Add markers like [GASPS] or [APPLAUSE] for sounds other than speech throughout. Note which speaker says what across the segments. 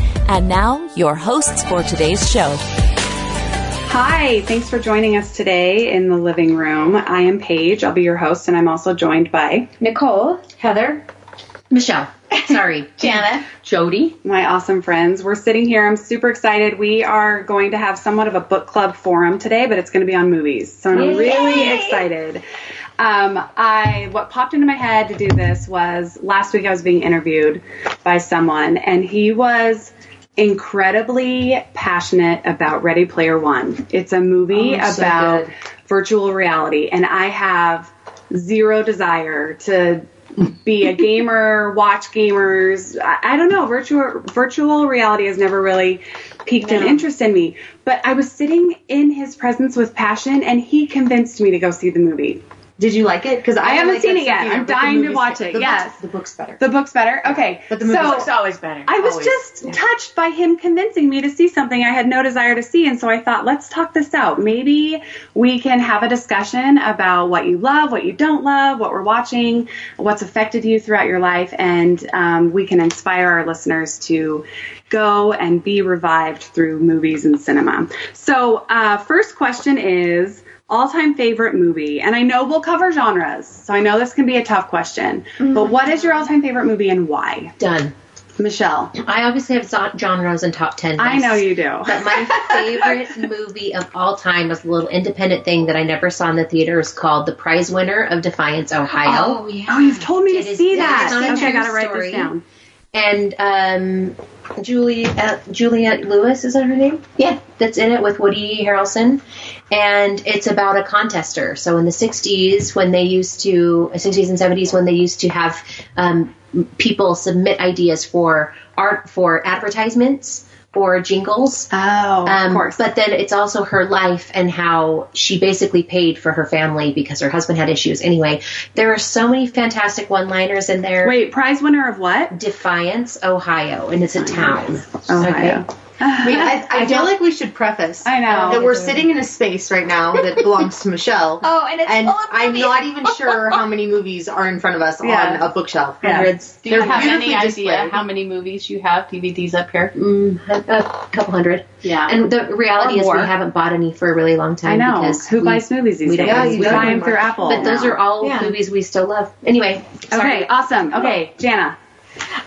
Speaker 1: And now, your hosts for today's show.
Speaker 2: Hi, thanks for joining us today in the living room. I am Paige. I'll be your host, and I'm also joined by
Speaker 3: Nicole, Heather, Michelle. Sorry,
Speaker 4: Jana.
Speaker 3: Jody.
Speaker 2: my awesome friends. We're sitting here. I'm super excited. We are going to have somewhat of a book club forum today, but it's going to be on movies. So I'm really excited. Um, I what popped into my head to do this was last week I was being interviewed by someone, and he was incredibly passionate about Ready Player One. It's a movie
Speaker 3: Oh, so
Speaker 2: about
Speaker 3: good.
Speaker 2: virtual reality, and I have zero desire to be a
Speaker 4: [LAUGHS]
Speaker 2: gamer, watch gamers. I, I don't know. Virtual virtual reality has never really piqued an interest in me. But I was sitting in his presence with passion, and he convinced me to go see the movie.
Speaker 4: Did you like it? Because I,
Speaker 2: haven't
Speaker 4: like
Speaker 2: seen
Speaker 4: that
Speaker 2: it yet.
Speaker 4: either,
Speaker 2: I'm
Speaker 4: but the
Speaker 2: dying to
Speaker 4: movie's
Speaker 2: watch
Speaker 4: better.
Speaker 2: it,
Speaker 4: The
Speaker 2: yes.
Speaker 4: book's, the book's better.
Speaker 2: The book's better. Okay,
Speaker 4: but the movie's
Speaker 2: so-
Speaker 4: always better.
Speaker 2: I was
Speaker 4: Always.
Speaker 2: just touched by him convincing me to see something I had no desire to see. And so I thought, let's talk this out. Maybe we can have a discussion about what you love, what you don't love, what we're watching, what's affected you throughout your life. And um, we can inspire our listeners to go and be revived through movies and cinema. So, uh, first question is all time favorite movie. And I know we'll cover genres. So I know this can be a tough question. But what is your all time favorite movie and why?
Speaker 3: Done.
Speaker 2: Michelle.
Speaker 3: I obviously have zo- genres and top ten.
Speaker 2: I
Speaker 3: lists,
Speaker 2: know you do.
Speaker 3: But [LAUGHS] my favorite movie of all time was a little independent thing that I never saw in the theater. It was called The Prize Winner of Defiance, Ohio.
Speaker 4: Oh yeah.
Speaker 2: Oh, you've told me
Speaker 3: It
Speaker 2: to
Speaker 3: is-
Speaker 2: see
Speaker 3: it
Speaker 2: that.
Speaker 3: is not a
Speaker 2: Okay, I
Speaker 3: true
Speaker 2: gotta write
Speaker 3: story.
Speaker 2: this down.
Speaker 3: And um, Julie, uh, Juliet Lewis, is that her name? Yeah. That's in it with Woody Harrelson. And it's about a contester. So in the 60s, when they used to, 60s and 70s, when they used to have um, people submit ideas for art, for advertisements or jingles.
Speaker 2: Oh,
Speaker 3: Um,
Speaker 2: of course.
Speaker 3: But then it's also her life and how she basically paid for her family because her husband had issues. Anyway, there are so many fantastic one liners in there.
Speaker 2: Wait, prize winner of what?
Speaker 3: Defiance, Ohio, and it's a town.
Speaker 2: Ohio.
Speaker 4: We- I, [LAUGHS] I feel like we should preface.
Speaker 2: I know.
Speaker 4: that we're sitting in a space right now [LAUGHS] that belongs to Michelle.
Speaker 3: Oh, and it's
Speaker 4: and I'm not even sure how many movies are in front of [LAUGHS] us
Speaker 2: Yeah.
Speaker 4: on a bookshelf.
Speaker 3: hundreds,
Speaker 5: Do you
Speaker 4: They're
Speaker 5: have any
Speaker 4: beautifully
Speaker 5: idea
Speaker 4: displayed.
Speaker 5: how many movies you have DVDs up here?
Speaker 3: mm, a couple hundred.
Speaker 5: Yeah.
Speaker 3: And the reality
Speaker 5: Or
Speaker 3: is we
Speaker 5: more.
Speaker 3: haven't bought any for a really long
Speaker 2: I
Speaker 3: time.
Speaker 2: know.
Speaker 3: Because
Speaker 2: Who
Speaker 3: we-
Speaker 2: buys movies these
Speaker 3: we
Speaker 2: days?
Speaker 3: don't-
Speaker 4: Yeah,
Speaker 2: we
Speaker 4: you
Speaker 2: buy
Speaker 4: don't
Speaker 2: them
Speaker 4: anymore.
Speaker 2: through Apple.
Speaker 3: But those are all
Speaker 4: Yeah.
Speaker 3: movies we still love. Anyway, sorry.
Speaker 2: okay. Awesome. Okay, Jana.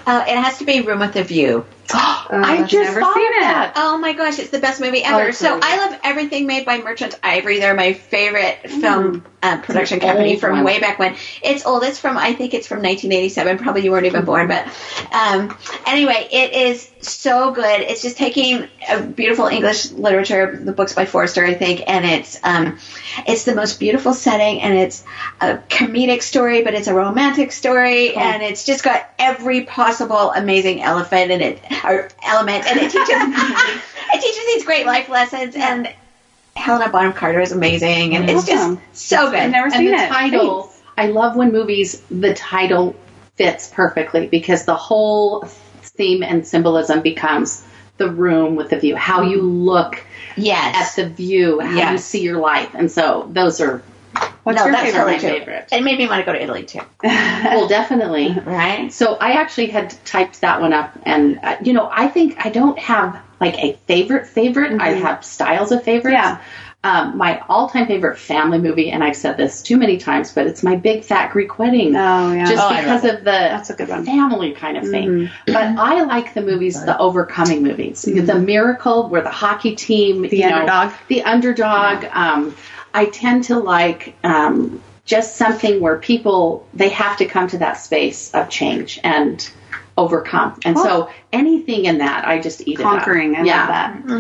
Speaker 6: Uh, it has to be Room with a View.
Speaker 4: I've
Speaker 2: I've never seen it.
Speaker 6: Oh my gosh, it's the best movie
Speaker 4: Oh,
Speaker 6: ever.
Speaker 4: it's
Speaker 6: so
Speaker 4: really good.
Speaker 6: I love everything made by Merchant Ivory. They're my favorite film uh, production company
Speaker 3: old
Speaker 6: from
Speaker 3: one.
Speaker 6: way back when. It's old. It's from I think it's from 1987. Probably you weren't even born, but um, anyway, it is so good. It's just taking a beautiful English literature, the books by Forster, I think, and it's um, it's the most beautiful setting, and it's a comedic story, but it's a romantic story, and it's just got every possible amazing elephant in it or element, and it teaches it teaches these great life lessons and. Helena Bonham Carter is amazing, and it's
Speaker 2: Awesome.
Speaker 6: just so good.
Speaker 2: I've never
Speaker 5: and
Speaker 2: seen
Speaker 5: the
Speaker 2: it.
Speaker 5: title i love when movies the title fits perfectly because the whole theme and symbolism becomes the room with the view how you look at
Speaker 6: Yes.
Speaker 5: the view how you
Speaker 6: Yes.
Speaker 5: see your life and so those are
Speaker 2: What's
Speaker 6: no,
Speaker 2: your
Speaker 6: that's
Speaker 2: favorite?
Speaker 6: really
Speaker 5: my
Speaker 6: true.
Speaker 5: favorite.
Speaker 6: It made me want to go to Italy too.
Speaker 5: [LAUGHS] well definitely
Speaker 6: Right?
Speaker 5: so i actually had typed that one up and uh, you know i think i don't have like a favorite favorite i
Speaker 6: Mm-hmm.
Speaker 5: have styles of favorites
Speaker 2: Yeah.
Speaker 5: um, my all-time favorite family movie and i've said this too many times but it's my big fat greek wedding
Speaker 2: Oh yeah.
Speaker 5: just
Speaker 6: Oh, I
Speaker 5: because of the
Speaker 2: That's a good one. Mm-hmm.
Speaker 5: family kind of thing. But I like the movies, the overcoming movies, the miracle where the hockey team, the
Speaker 2: underdog.
Speaker 5: the underdog. Um, I tend to like um, just something where people they have to come to that space of change and overcome. And so anything in that, I just eat
Speaker 2: Conquering.
Speaker 5: It
Speaker 2: I
Speaker 5: up. yeah.
Speaker 2: love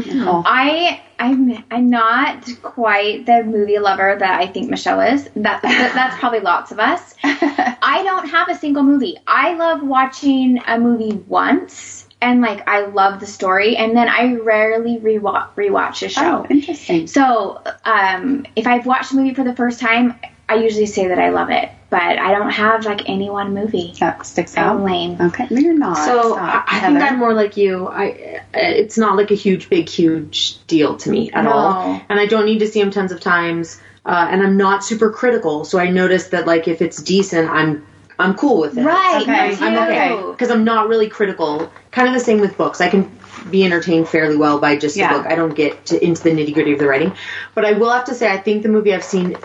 Speaker 2: that.
Speaker 3: Mm-hmm.
Speaker 2: Oh,
Speaker 7: I I'm I'm not quite the movie lover that I think Michelle is.
Speaker 4: [LAUGHS]
Speaker 7: That, that that's probably lots of us. I don't have a single movie. I love watching a movie once and like I love the story, and then I rarely rewatch rewatch a show.
Speaker 5: Oh, interesting.
Speaker 7: So um, if I've watched a movie for the first time, I usually say that I love it, but I don't have like any one movie.
Speaker 5: That sticks
Speaker 7: I'm
Speaker 5: out.
Speaker 7: lame.
Speaker 5: Okay, no, you're not.
Speaker 4: So I,
Speaker 5: Stop,
Speaker 4: I think
Speaker 5: Heather.
Speaker 4: I'm more like you. I it's not like a huge, big, huge deal to me at all,
Speaker 7: No.
Speaker 4: and I don't need to see them tons of times. Uh, and I'm not super critical, so I notice that like if it's decent, I'm I'm cool with it.
Speaker 6: Right.
Speaker 5: Okay,
Speaker 6: me
Speaker 4: I'm
Speaker 6: too.
Speaker 4: okay because I'm not really critical. Kind of the same with books. I can be entertained fairly well by just
Speaker 5: Yeah.
Speaker 4: the book. I don't get to, into the nitty gritty of the writing, but I will have to say I think the movie I've seen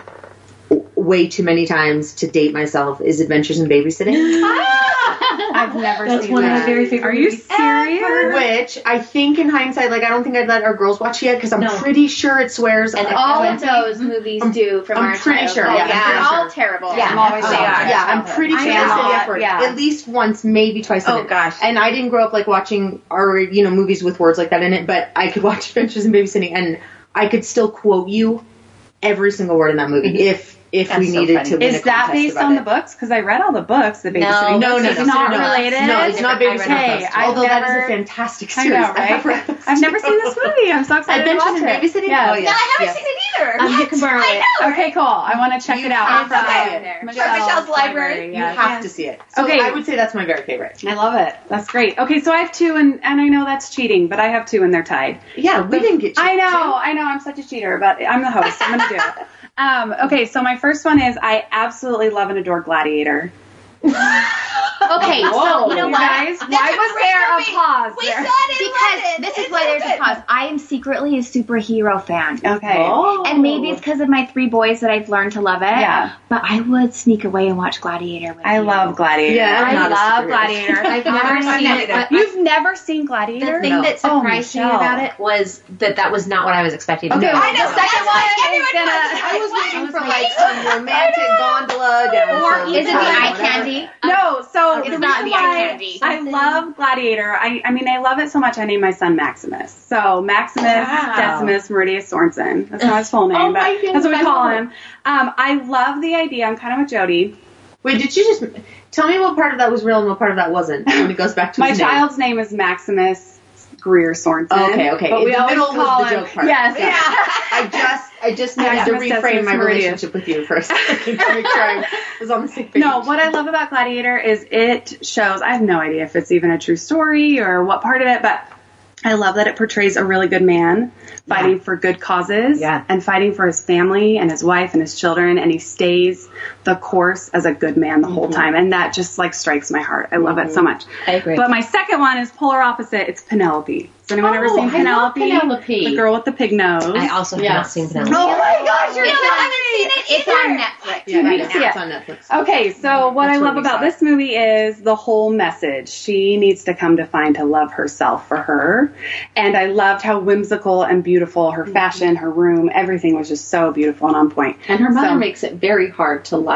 Speaker 4: w- way too many times to date myself is Adventures in Babysitting, [LAUGHS]
Speaker 5: I've never
Speaker 3: That's
Speaker 5: seen
Speaker 3: one of
Speaker 5: that.
Speaker 3: my very favorite.
Speaker 2: Are you
Speaker 3: movies.
Speaker 2: serious?
Speaker 4: which I think in hindsight, like I don't think I'd let our girls watch yet because I'm
Speaker 3: No.
Speaker 4: pretty sure it swears.
Speaker 3: And
Speaker 7: All of those movies do from
Speaker 4: I'm
Speaker 7: our
Speaker 4: pretty
Speaker 7: childhood.
Speaker 4: sure,
Speaker 7: Oh,
Speaker 4: yeah, I'm
Speaker 7: They're
Speaker 4: pretty
Speaker 7: all
Speaker 4: sure.
Speaker 7: terrible.
Speaker 5: Yeah, I'm always
Speaker 3: Oh,
Speaker 5: saying
Speaker 3: yeah.
Speaker 5: that.
Speaker 4: yeah, I'm pretty
Speaker 5: I
Speaker 4: sure
Speaker 5: am
Speaker 4: it's the
Speaker 5: not,
Speaker 4: F word.
Speaker 5: yeah.
Speaker 4: At least once, maybe twice. a
Speaker 3: Oh,
Speaker 4: minute.
Speaker 3: gosh.
Speaker 4: And I didn't grow up like watching our you know movies with words like that in it, but I could watch [LAUGHS] Adventures in Babysitting, and I could still quote you every single word in that movie if if
Speaker 3: That's
Speaker 4: we
Speaker 3: so
Speaker 4: needed
Speaker 3: funny.
Speaker 4: to. Win a
Speaker 2: Is that
Speaker 4: contest
Speaker 2: based
Speaker 4: about
Speaker 2: on
Speaker 4: it.
Speaker 2: the books? Because I read all the books. The babysitting.
Speaker 4: No,
Speaker 2: books.
Speaker 4: no,
Speaker 2: it's
Speaker 4: no,
Speaker 2: not
Speaker 4: no, no.
Speaker 2: related.
Speaker 4: No, it's not
Speaker 3: Different. I
Speaker 4: Babysitting.
Speaker 3: read all
Speaker 2: Hey,
Speaker 3: those
Speaker 2: I've
Speaker 4: Although that is
Speaker 2: never-
Speaker 4: a fantastic
Speaker 2: I
Speaker 4: series.
Speaker 2: know, right? I've never seen this movie. I'm so excited to watch
Speaker 4: Adventures in
Speaker 2: it.
Speaker 4: Babysitting.
Speaker 2: Yeah.
Speaker 4: Oh,
Speaker 6: No,
Speaker 4: yeah.
Speaker 6: I haven't
Speaker 4: Yes.
Speaker 6: seen it either.
Speaker 4: Um, you can borrow it.
Speaker 2: Okay, cool. I want to check it out.
Speaker 7: have to
Speaker 2: From
Speaker 7: find it.
Speaker 2: Michelle's,
Speaker 6: Michelle's library.
Speaker 2: library.
Speaker 4: You
Speaker 2: yes.
Speaker 4: have to see it. So
Speaker 2: Okay.
Speaker 4: I would say that's my very favorite.
Speaker 2: I love it. That's great. Okay, so I have two, and, and I know that's cheating, but I have two and they're tied.
Speaker 4: Yeah, we didn't get.
Speaker 2: I know, I know, I'm such a cheater, but I'm the host. I'm going to do it. Um, okay, so my first one is I absolutely love and adore Gladiator.
Speaker 7: Okay, so you know
Speaker 2: You
Speaker 7: what?
Speaker 2: guys, why
Speaker 6: a
Speaker 2: was
Speaker 6: great
Speaker 2: there
Speaker 6: movie.
Speaker 2: a pause?
Speaker 6: We
Speaker 2: there?
Speaker 6: saw it in
Speaker 7: Because
Speaker 6: London.
Speaker 7: this
Speaker 6: It
Speaker 7: is why there's a
Speaker 6: London.
Speaker 7: pause. I am secretly a superhero fan.
Speaker 2: Okay.
Speaker 7: And maybe it's because of my three boys that I've learned to love it.
Speaker 2: Yeah.
Speaker 7: But I would sneak away and watch Gladiator with
Speaker 2: I
Speaker 7: you.
Speaker 2: love Gladiator.
Speaker 4: Yeah,
Speaker 7: I
Speaker 4: I'm not a
Speaker 7: love
Speaker 4: superhero.
Speaker 7: Gladiator.
Speaker 3: [LAUGHS]
Speaker 7: I've never
Speaker 6: I've
Speaker 7: seen
Speaker 6: never
Speaker 7: it.
Speaker 6: either.
Speaker 7: but-
Speaker 2: You've never seen Gladiator?
Speaker 6: The thing
Speaker 2: No.
Speaker 6: that
Speaker 2: Oh,
Speaker 6: surprised me
Speaker 2: Michelle.
Speaker 6: about it.
Speaker 3: was that that was not what I was expecting.
Speaker 4: Okay.
Speaker 6: I know.
Speaker 4: No,
Speaker 6: That's why everyone
Speaker 2: gonna-
Speaker 6: was.
Speaker 4: I was
Speaker 6: What?
Speaker 4: waiting for like some romantic gondola down
Speaker 6: Or
Speaker 4: some-
Speaker 6: even
Speaker 7: Is it the
Speaker 6: Whatever.
Speaker 7: eye candy?
Speaker 2: No, so
Speaker 6: It's
Speaker 2: the
Speaker 6: not
Speaker 2: reason
Speaker 6: the eye
Speaker 2: why
Speaker 6: candy.
Speaker 2: I love Gladiator. I, I mean, I love it so much. I named my son Maximus. So Maximus Decimus Meridius Sorensen. That's not his full name,
Speaker 4: Oh, my
Speaker 2: but
Speaker 4: goodness,
Speaker 2: that's what we
Speaker 4: I
Speaker 2: call
Speaker 4: love it.
Speaker 2: him. Um, I love the idea. I'm kind of with Jody.
Speaker 4: Wait, did you just tell me what part of that was real and what part of that wasn't? When it goes back
Speaker 2: [LAUGHS]
Speaker 4: to
Speaker 2: My
Speaker 4: his name.
Speaker 2: child's name is Maximus Greer Sorensen.
Speaker 4: Okay, okay.
Speaker 2: But we
Speaker 4: the
Speaker 2: always
Speaker 4: middle was
Speaker 2: call
Speaker 4: the
Speaker 2: him.
Speaker 4: joke part.
Speaker 2: Yes.
Speaker 4: I just, I just needed to
Speaker 2: Maximus
Speaker 4: reframe
Speaker 2: Decimus
Speaker 4: my
Speaker 2: Meridius.
Speaker 4: relationship with you for [LAUGHS] a second to make sure I was on the same page.
Speaker 2: No, what I love about Gladiator is it shows, I have no idea if it's even a true story or what part of it, but I love that it portrays a really good man fighting for good causes
Speaker 3: Yeah.
Speaker 2: and fighting for his family and his wife and his children, and he stays the course as a good man the whole
Speaker 4: Mm-hmm.
Speaker 2: time. And that just like strikes my heart. I love it so much.
Speaker 3: I agree.
Speaker 2: But my second one is polar opposite. It's Penelope. Has anyone ever
Speaker 4: Oh,
Speaker 2: seen
Speaker 4: I love
Speaker 2: Penelope?
Speaker 4: Penelope.
Speaker 2: The girl with the pig nose. [LAUGHS]
Speaker 3: I also have
Speaker 4: Yeah.
Speaker 3: not seen Penelope.
Speaker 4: Oh my gosh, you're
Speaker 6: No,
Speaker 4: not.
Speaker 6: I haven't seen it
Speaker 7: It's
Speaker 6: either.
Speaker 7: on Netflix.
Speaker 4: Yeah,
Speaker 2: need
Speaker 4: I
Speaker 2: to
Speaker 4: know.
Speaker 2: see
Speaker 4: it's
Speaker 2: it.
Speaker 4: on Netflix.
Speaker 2: Okay, so what I
Speaker 4: That's what
Speaker 2: love
Speaker 4: we
Speaker 2: about
Speaker 4: saw.
Speaker 2: this movie is the whole message. She needs to come to find to love herself for her. And I loved how whimsical and beautiful her fashion, her room, everything was just so beautiful and on point.
Speaker 5: And her mother
Speaker 2: So-
Speaker 5: makes it very hard to love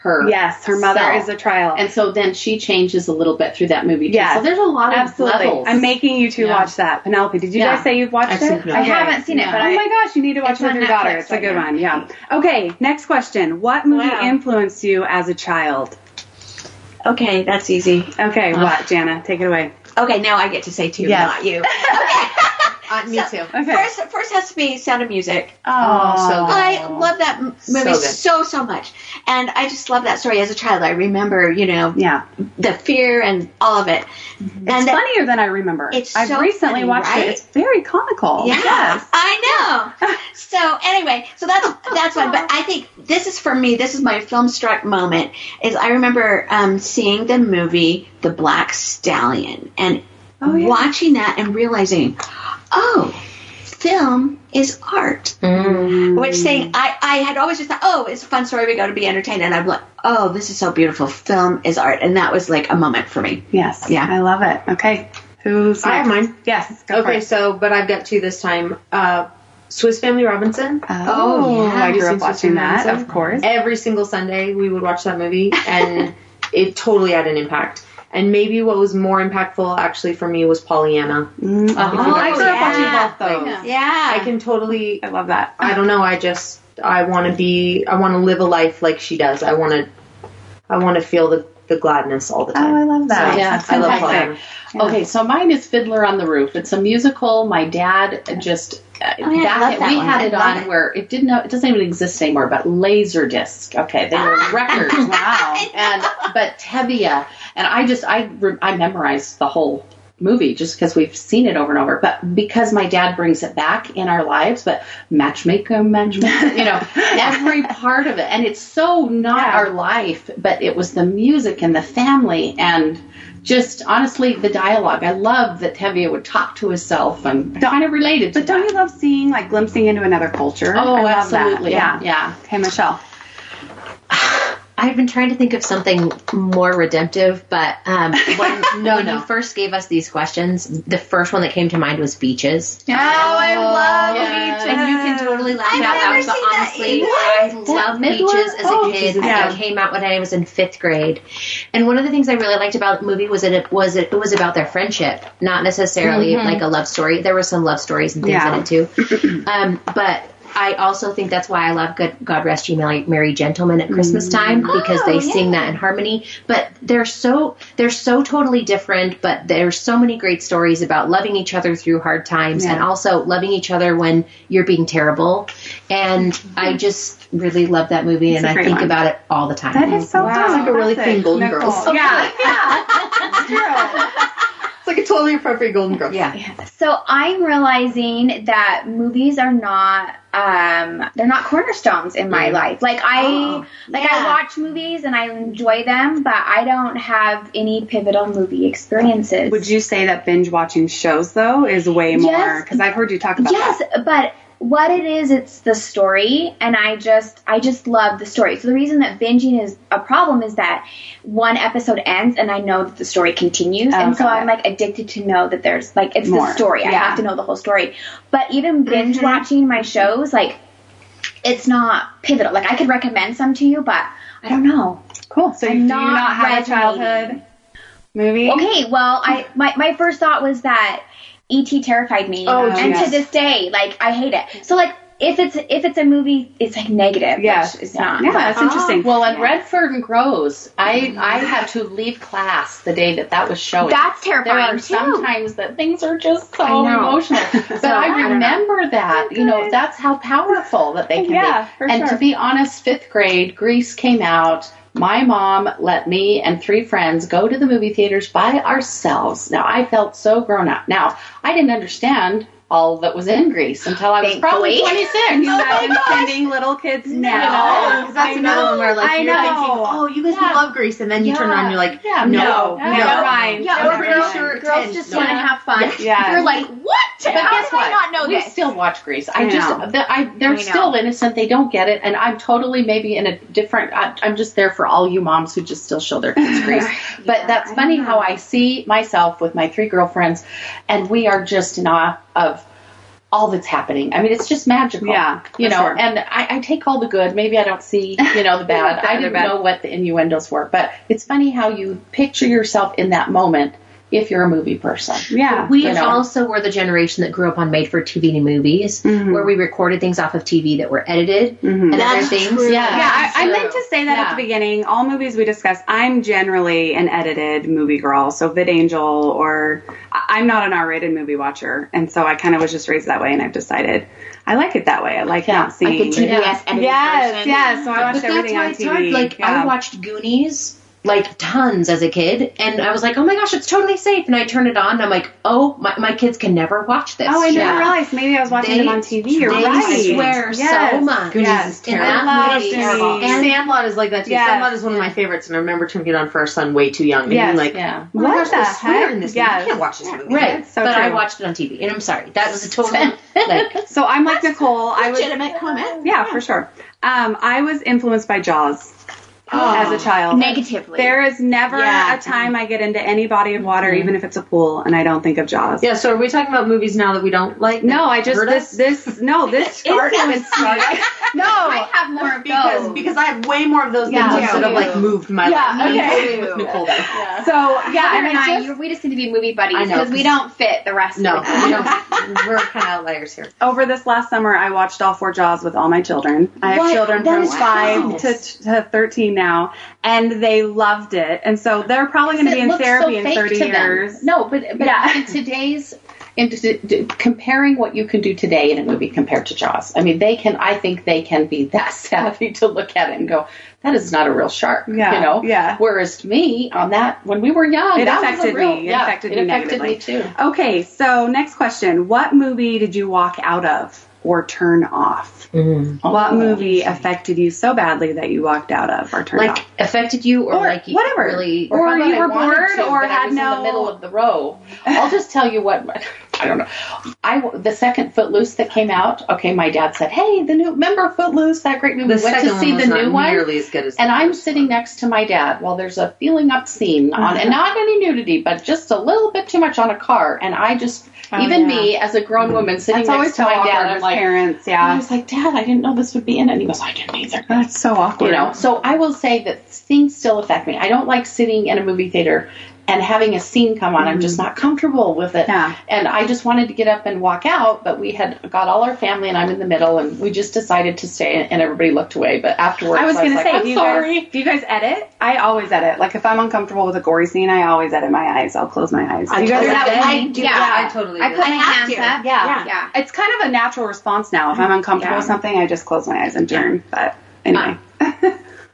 Speaker 5: her.
Speaker 2: Yes, her mother
Speaker 5: self.
Speaker 2: is a trial.
Speaker 5: And so then she changes a little bit through that movie. Too.
Speaker 2: Yes.
Speaker 5: So there's a lot of
Speaker 2: Absolutely.
Speaker 5: levels.
Speaker 2: I'm making you two watch that. Penelope, did you
Speaker 5: Yeah.
Speaker 2: guys say you've watched
Speaker 4: I've
Speaker 2: it?
Speaker 4: seen Penelope.
Speaker 7: I haven't seen it, but
Speaker 2: Oh
Speaker 7: I,
Speaker 2: my gosh, you need to watch
Speaker 7: It's
Speaker 2: it with
Speaker 7: on
Speaker 2: your daughter.
Speaker 7: Netflix
Speaker 2: It's a
Speaker 7: right
Speaker 2: good
Speaker 7: now.
Speaker 2: one. Yeah. Okay, next question. What movie
Speaker 6: Wow.
Speaker 2: influenced you as a child?
Speaker 6: Okay, that's easy.
Speaker 2: Okay, what, Jana? Take it away.
Speaker 6: Okay, now I get to say two,
Speaker 2: Yes.
Speaker 6: not you.
Speaker 4: Uh, me too.
Speaker 2: Okay. Oh.
Speaker 6: First, first has to be Sound of Music.
Speaker 4: so good.
Speaker 6: I love that m-
Speaker 4: So
Speaker 6: movie
Speaker 4: good.
Speaker 6: so, so much, and I just love that story as a child. I remember, you know,
Speaker 2: yeah.
Speaker 6: the fear and all of it. And
Speaker 2: It's
Speaker 6: that-
Speaker 2: funnier than I remember.
Speaker 6: It's
Speaker 2: I've
Speaker 6: so
Speaker 2: recently
Speaker 6: funny,
Speaker 2: watched
Speaker 6: right?
Speaker 2: it. It's very comical.
Speaker 6: Yeah, I know. so anyway, so that's that's one. But I think this is for me. This is my film struck moment. Is I remember um, seeing the movie The Black Stallion and
Speaker 2: Oh, yeah.
Speaker 6: watching that and realizing, oh, film is art. Which thing I I had always just thought, oh, it's a fun story. We go to be entertained, and I'm like, oh, this is so beautiful. Film is art, and that was like a moment for me.
Speaker 2: Yes.
Speaker 6: Yeah.
Speaker 2: I love it. Okay. Who's
Speaker 4: I have
Speaker 2: next?
Speaker 4: mine.
Speaker 2: Yes. Go for
Speaker 4: Okay,
Speaker 2: it.
Speaker 4: so but I've got two this time. Uh, Swiss Family Robinson.
Speaker 2: Oh,
Speaker 6: yeah.
Speaker 2: I
Speaker 4: Have you
Speaker 2: grew up
Speaker 4: seen
Speaker 2: watching
Speaker 4: Sister
Speaker 2: that,
Speaker 4: Madison?
Speaker 2: of course.
Speaker 4: Every single Sunday, we would watch that movie, [LAUGHS] and it totally had an impact. And maybe what was more impactful actually for me was Pollyanna.
Speaker 2: Mm,
Speaker 4: Oh,
Speaker 2: I grew up
Speaker 6: yeah.
Speaker 2: watching both those.
Speaker 6: Yeah,
Speaker 4: I can totally.
Speaker 2: I love that.
Speaker 4: I don't know. I just I want to be. I want to live a life like she does. I want to. I want to feel the the gladness all the
Speaker 7: Oh, I
Speaker 4: time.
Speaker 7: love that.
Speaker 5: So,
Speaker 4: yeah,
Speaker 5: that's
Speaker 4: I love
Speaker 5: fantastic.
Speaker 4: Climb.
Speaker 5: Okay, so mine is Fiddler on the Roof. It's a musical. My dad just uh,
Speaker 6: Oh, yeah, I
Speaker 5: back
Speaker 6: love
Speaker 5: it-
Speaker 6: that
Speaker 5: we
Speaker 6: one.
Speaker 5: had
Speaker 6: I
Speaker 5: it
Speaker 6: love
Speaker 5: on
Speaker 6: it.
Speaker 5: where it didn't know it doesn't even exist anymore, but Laserdisc. Okay, they were [LAUGHS] records. Wow. And but Tevia and I just I re- I memorized the whole movie just because we've seen it over and over but because my dad brings it back in our lives but matchmaker matchmaker you [LAUGHS] know every part of it and it's so not our life but it was the music and the family and just honestly the dialogue i love that tevye would talk to himself and kind of related to
Speaker 2: But don't you love seeing like glimpsing into another culture?
Speaker 5: oh
Speaker 2: I love
Speaker 5: absolutely
Speaker 2: That. Yeah.
Speaker 5: yeah
Speaker 2: Okay, Michelle.
Speaker 3: I've been trying to think of something more redemptive, but
Speaker 6: [LAUGHS]
Speaker 3: um, when,
Speaker 6: Oh,
Speaker 5: No,
Speaker 3: when
Speaker 5: no.
Speaker 3: you first gave us these questions, the first one that came to mind was beaches.
Speaker 6: Oh, I love
Speaker 5: yes.
Speaker 6: beaches.
Speaker 3: And you can totally laugh
Speaker 6: Oh, I've
Speaker 3: out loud,
Speaker 6: never
Speaker 3: but
Speaker 6: seen that
Speaker 3: honestly,
Speaker 6: either.
Speaker 3: I loved beaches as
Speaker 6: Oh.
Speaker 3: a kid.
Speaker 2: yeah.
Speaker 3: It came out when I was in fifth grade, and one of the things I really liked about the movie was that it was it, was about their friendship, not necessarily
Speaker 6: Mm-hmm.
Speaker 3: like a love story. There were some love stories and things
Speaker 2: Yeah.
Speaker 3: in it too, um, but. I also think that's why I love God, God Rest You Merry, Merry Gentlemen at Christmas time because they
Speaker 6: Oh,
Speaker 3: sing that in harmony. But they're so they're so totally different. But there's so many great stories about loving each other through hard times and also loving each other when you're being terrible. And I just really love that movie and I
Speaker 2: great
Speaker 3: think
Speaker 2: one.
Speaker 3: about it all the time.
Speaker 2: That is so
Speaker 4: Wow.
Speaker 2: fun.
Speaker 4: Like a really thin Golden
Speaker 2: Nicole.
Speaker 4: Girls.
Speaker 2: Yeah.
Speaker 4: It's like a totally appropriate Golden Girl.
Speaker 3: yeah.
Speaker 7: So I'm realizing that movies are not um they're not cornerstones in
Speaker 2: Mm.
Speaker 7: my life. Like I
Speaker 2: Oh,
Speaker 7: like
Speaker 6: yeah.
Speaker 7: I watch movies and I enjoy them, but I don't have any pivotal movie experiences.
Speaker 2: Would you say that binge watching shows though is way more?
Speaker 7: Yes.
Speaker 2: Because I've heard you talk about
Speaker 7: yes, but what it is, it's the story, and I just, I just love the story. So the reason that binging is a problem is that one episode ends, and I know that the story continues, and so
Speaker 2: Oh, got
Speaker 7: I'm like addicted to know that there's like it's
Speaker 2: More.
Speaker 7: the story. I
Speaker 2: Yeah. Mm-hmm.
Speaker 7: have to know the whole story. But even binge watching my shows, like it's not pivotal. Like I could recommend some to you, but I don't know.
Speaker 2: that. Cool. So you do you
Speaker 7: not
Speaker 2: not have a childhood
Speaker 7: resonating.
Speaker 2: movie?
Speaker 7: Okay, well, I my, my first thought was that ET terrified me,
Speaker 4: Oh,
Speaker 7: and
Speaker 2: yes.
Speaker 7: to this day, like I hate it. So like if it's if it's a movie, it's like negative.
Speaker 2: Yes.
Speaker 7: which it's not.
Speaker 2: Yeah, that's interesting.
Speaker 5: well and redford and grows i i had to leave class the day that that was showing
Speaker 7: That's
Speaker 5: there
Speaker 7: terrifying
Speaker 5: are
Speaker 7: too.
Speaker 5: sometimes that things are just so
Speaker 7: I know.
Speaker 5: emotional. But I remember that, you know, that's how powerful that they can
Speaker 2: Yeah,
Speaker 5: be.
Speaker 2: for
Speaker 5: and
Speaker 2: sure.
Speaker 5: to be honest, fifth grade, Grease came out. My mom let me and three friends go to the movie theaters by ourselves. Now I felt so grown up. Now I didn't understand all that was in Grease until I was probably
Speaker 7: Thankfully.
Speaker 5: 26.
Speaker 2: Can you imagine sending little kids now?
Speaker 4: Because that's
Speaker 2: I
Speaker 4: another
Speaker 2: know.
Speaker 4: one where like
Speaker 2: I
Speaker 4: you're
Speaker 2: know.
Speaker 4: thinking, oh, you guys
Speaker 5: Yeah.
Speaker 4: love Grease, and then you turn
Speaker 5: Yeah.
Speaker 4: around, and you're like,
Speaker 5: Yeah,
Speaker 4: no,
Speaker 5: no,
Speaker 4: no.
Speaker 2: Never mind.
Speaker 4: Yeah,
Speaker 2: Never
Speaker 4: we're pretty
Speaker 2: mind.
Speaker 4: sure it
Speaker 7: Girls
Speaker 4: ends.
Speaker 7: just
Speaker 4: No.
Speaker 7: want to have fun.
Speaker 2: Yeah.
Speaker 7: You're like, what?
Speaker 5: But
Speaker 7: How
Speaker 5: guess
Speaker 7: did
Speaker 5: what?
Speaker 7: I not know
Speaker 5: we
Speaker 7: this?
Speaker 5: still watch Grease. I,
Speaker 2: I know.
Speaker 5: just, the, I, they're
Speaker 7: I know.
Speaker 5: still innocent. They don't get it, and I'm totally maybe in a different. I, I'm just there for all you moms who just still show
Speaker 2: [LAUGHS]
Speaker 5: their kids Grease. but that's funny how I see myself with my three girlfriends, and we are just in awe of all that's happening. I mean, it's just magical.
Speaker 2: Yeah,
Speaker 5: you
Speaker 2: for
Speaker 5: know.
Speaker 2: sure.
Speaker 5: And I, I take all the good. Maybe I don't see,
Speaker 2: [LAUGHS]
Speaker 5: you know, the bad. I didn't know what the innuendos were, but it's funny how you picture yourself in that moment if you're a movie person.
Speaker 2: Yeah.
Speaker 3: We
Speaker 5: You know.
Speaker 3: also were the generation that grew up on made for TV movies where we recorded things off of TV that were edited and other
Speaker 6: That's
Speaker 3: things.
Speaker 6: true.
Speaker 5: Yeah.
Speaker 2: yeah, I, I meant to say that at
Speaker 5: Yeah.
Speaker 2: the beginning. All movies we discuss, I'm generally an edited movie girl. So Vid Angel or I- I'm not an R-rated movie watcher, and so I kind of was just raised that way. And I've decided I like it that way. I like not
Speaker 3: Like a
Speaker 2: seeing.
Speaker 3: TBS edited
Speaker 2: yes,
Speaker 3: version.
Speaker 2: yes. So I watched
Speaker 3: But that's
Speaker 2: everything
Speaker 3: why
Speaker 2: on Um,
Speaker 3: it's
Speaker 2: TV.
Speaker 3: hard. Like
Speaker 2: Yeah.
Speaker 3: I watched Goonies like tons as a kid, and I was like, "Oh my gosh, it's totally safe." And I turn it on, and I'm like, "Oh, my, my kids can never watch this."
Speaker 2: Oh, I
Speaker 3: Yeah.
Speaker 2: never realized. Maybe I was watching
Speaker 3: They-
Speaker 2: them on TV. You're
Speaker 3: they
Speaker 2: right.
Speaker 3: swear
Speaker 2: Yes.
Speaker 3: so much.
Speaker 4: Goonies
Speaker 2: Yes.
Speaker 4: is
Speaker 3: in
Speaker 4: terrible.
Speaker 3: that
Speaker 2: Love
Speaker 3: movie.
Speaker 2: Goonies.
Speaker 3: And
Speaker 4: Sandlot is like that too.
Speaker 2: Yes.
Speaker 4: Sandlot is one of my favorites, and I remember turning it on for our son way too young, and
Speaker 2: Yes.
Speaker 4: being like,
Speaker 5: Yeah.
Speaker 4: oh my
Speaker 2: What
Speaker 4: gosh,
Speaker 2: the
Speaker 4: they swear
Speaker 2: heck?
Speaker 4: in this movie.
Speaker 2: Yes.
Speaker 4: I can't watch this movie.
Speaker 3: Right,
Speaker 2: so
Speaker 3: but I
Speaker 2: true.
Speaker 3: watched it on TV, and I'm sorry,
Speaker 2: [LAUGHS]
Speaker 3: that was a total like
Speaker 2: So I'm like Nicole. I was
Speaker 6: Legitimate comment.
Speaker 2: yeah, for sure. Um, I was influenced by Jaws as a child.
Speaker 7: Negatively.
Speaker 2: There is never
Speaker 4: Yeah.
Speaker 2: a time I get into any body of water, even if it's a pool, and I don't think of Jaws.
Speaker 4: Yeah. So are we talking about movies now that we don't
Speaker 2: [LAUGHS]
Speaker 4: like?
Speaker 2: No,
Speaker 4: that
Speaker 2: I just
Speaker 4: hurt
Speaker 2: this
Speaker 4: us?
Speaker 2: this no this influenced me.
Speaker 7: no, I have more of
Speaker 4: because
Speaker 7: those.
Speaker 4: because I have way more of those
Speaker 2: Yeah,
Speaker 4: things that
Speaker 2: me
Speaker 4: have like
Speaker 2: too.
Speaker 4: moved my
Speaker 2: Yeah,
Speaker 4: life.
Speaker 2: okay.
Speaker 3: [LAUGHS]
Speaker 4: Me too. Nicole, though.
Speaker 2: [LAUGHS] So yeah,
Speaker 7: Heather
Speaker 2: and
Speaker 7: and
Speaker 2: I
Speaker 7: I,
Speaker 2: just
Speaker 7: you- we just need to be movie buddies
Speaker 4: I know,
Speaker 7: because we don't fit the rest
Speaker 4: No,
Speaker 7: of us.
Speaker 4: we
Speaker 2: [LAUGHS]
Speaker 4: don't. We're kind of outliers here.
Speaker 2: over this last summer I watched all four Jaws with all my children. I have
Speaker 4: What?
Speaker 2: children
Speaker 4: That
Speaker 2: from
Speaker 4: is
Speaker 2: five
Speaker 4: wow.
Speaker 2: to, to thirteen now, and they loved it. And so they're probably going to be
Speaker 5: It
Speaker 2: in
Speaker 5: looks
Speaker 2: therapy
Speaker 5: so
Speaker 2: in
Speaker 5: fake
Speaker 2: 30
Speaker 5: to them.
Speaker 2: years.
Speaker 5: No, but, but
Speaker 2: Yeah.
Speaker 5: in today's in t- t- comparing what you can do today in a movie compared to Jaws, I mean, they can. I think they can be that [LAUGHS] savvy to look at it and go, "That is not a real shark."
Speaker 2: Yeah,
Speaker 5: you know.
Speaker 2: yeah.
Speaker 5: Whereas to me, on that, when we were
Speaker 2: [LAUGHS]
Speaker 5: young,
Speaker 2: It
Speaker 5: that was a
Speaker 2: affected
Speaker 5: real-
Speaker 2: me. It
Speaker 5: yeah,
Speaker 2: affected
Speaker 5: it
Speaker 2: me
Speaker 5: affected me
Speaker 2: negatively.
Speaker 5: too.
Speaker 2: Okay, so next question. What movie did you walk out of or turn off? What movie affected you so badly that you walked out of or turned
Speaker 3: Like
Speaker 2: off?
Speaker 3: affected you or,
Speaker 2: Or
Speaker 3: like you
Speaker 2: whatever.
Speaker 3: really
Speaker 2: Or
Speaker 5: how about
Speaker 2: you
Speaker 5: I
Speaker 2: were
Speaker 5: wanted
Speaker 2: bored
Speaker 5: to,
Speaker 2: or
Speaker 5: but I
Speaker 2: had
Speaker 5: was in
Speaker 2: no-
Speaker 5: the middle of the row. I'll just tell you what. [LAUGHS] I don't know. I the second Footloose that came out. Okay, my dad said, "Hey, the new remember Footloose? That great movie.
Speaker 4: The
Speaker 5: we went
Speaker 4: second
Speaker 5: to see
Speaker 4: one was
Speaker 5: the
Speaker 4: not
Speaker 5: new one."
Speaker 4: nearly as good as.
Speaker 5: And
Speaker 4: the
Speaker 5: I'm
Speaker 4: first
Speaker 5: sitting next to my dad while there's a feeling up scene on, and not any nudity, but just a little bit too much on a car. And I just, even
Speaker 2: yeah.
Speaker 5: me as a grown woman sitting
Speaker 2: That's always
Speaker 5: next to
Speaker 2: so
Speaker 5: my
Speaker 2: awkward
Speaker 5: dad, I'm
Speaker 2: with
Speaker 5: like, "Ah."
Speaker 2: parents,
Speaker 5: I
Speaker 2: yeah.
Speaker 5: was like, Dad, I didn't know this would be in it. And he goes, I didn't either.
Speaker 2: That's so awkward.
Speaker 5: You know, so I will say that things still affect me. I don't like sitting in a movie theater and having a scene come on. I'm just not comfortable with it.
Speaker 2: Yeah.
Speaker 5: And I just wanted to get up and walk out, but we had got all our family and I'm in the middle, and we just decided to stay, and everybody looked away. But afterwards,
Speaker 2: I was going to
Speaker 5: like,
Speaker 2: say,
Speaker 5: I'm
Speaker 2: do you,
Speaker 5: sorry.
Speaker 2: Guys, do you guys edit? I always edit. Like if I'm uncomfortable with a gory scene, I always edit my eyes. I'll close my eyes. Do you guys do
Speaker 4: totally
Speaker 2: that?
Speaker 4: did.
Speaker 7: I do. Yeah.
Speaker 4: I totally.
Speaker 7: I
Speaker 4: did.
Speaker 7: put my
Speaker 6: I have
Speaker 7: hands
Speaker 6: to.
Speaker 7: up.
Speaker 2: Yeah.
Speaker 7: Yeah.
Speaker 2: It's kind of a natural response now. If I'm uncomfortable
Speaker 7: Yeah.
Speaker 2: with something, I just close my eyes and turn. But anyway.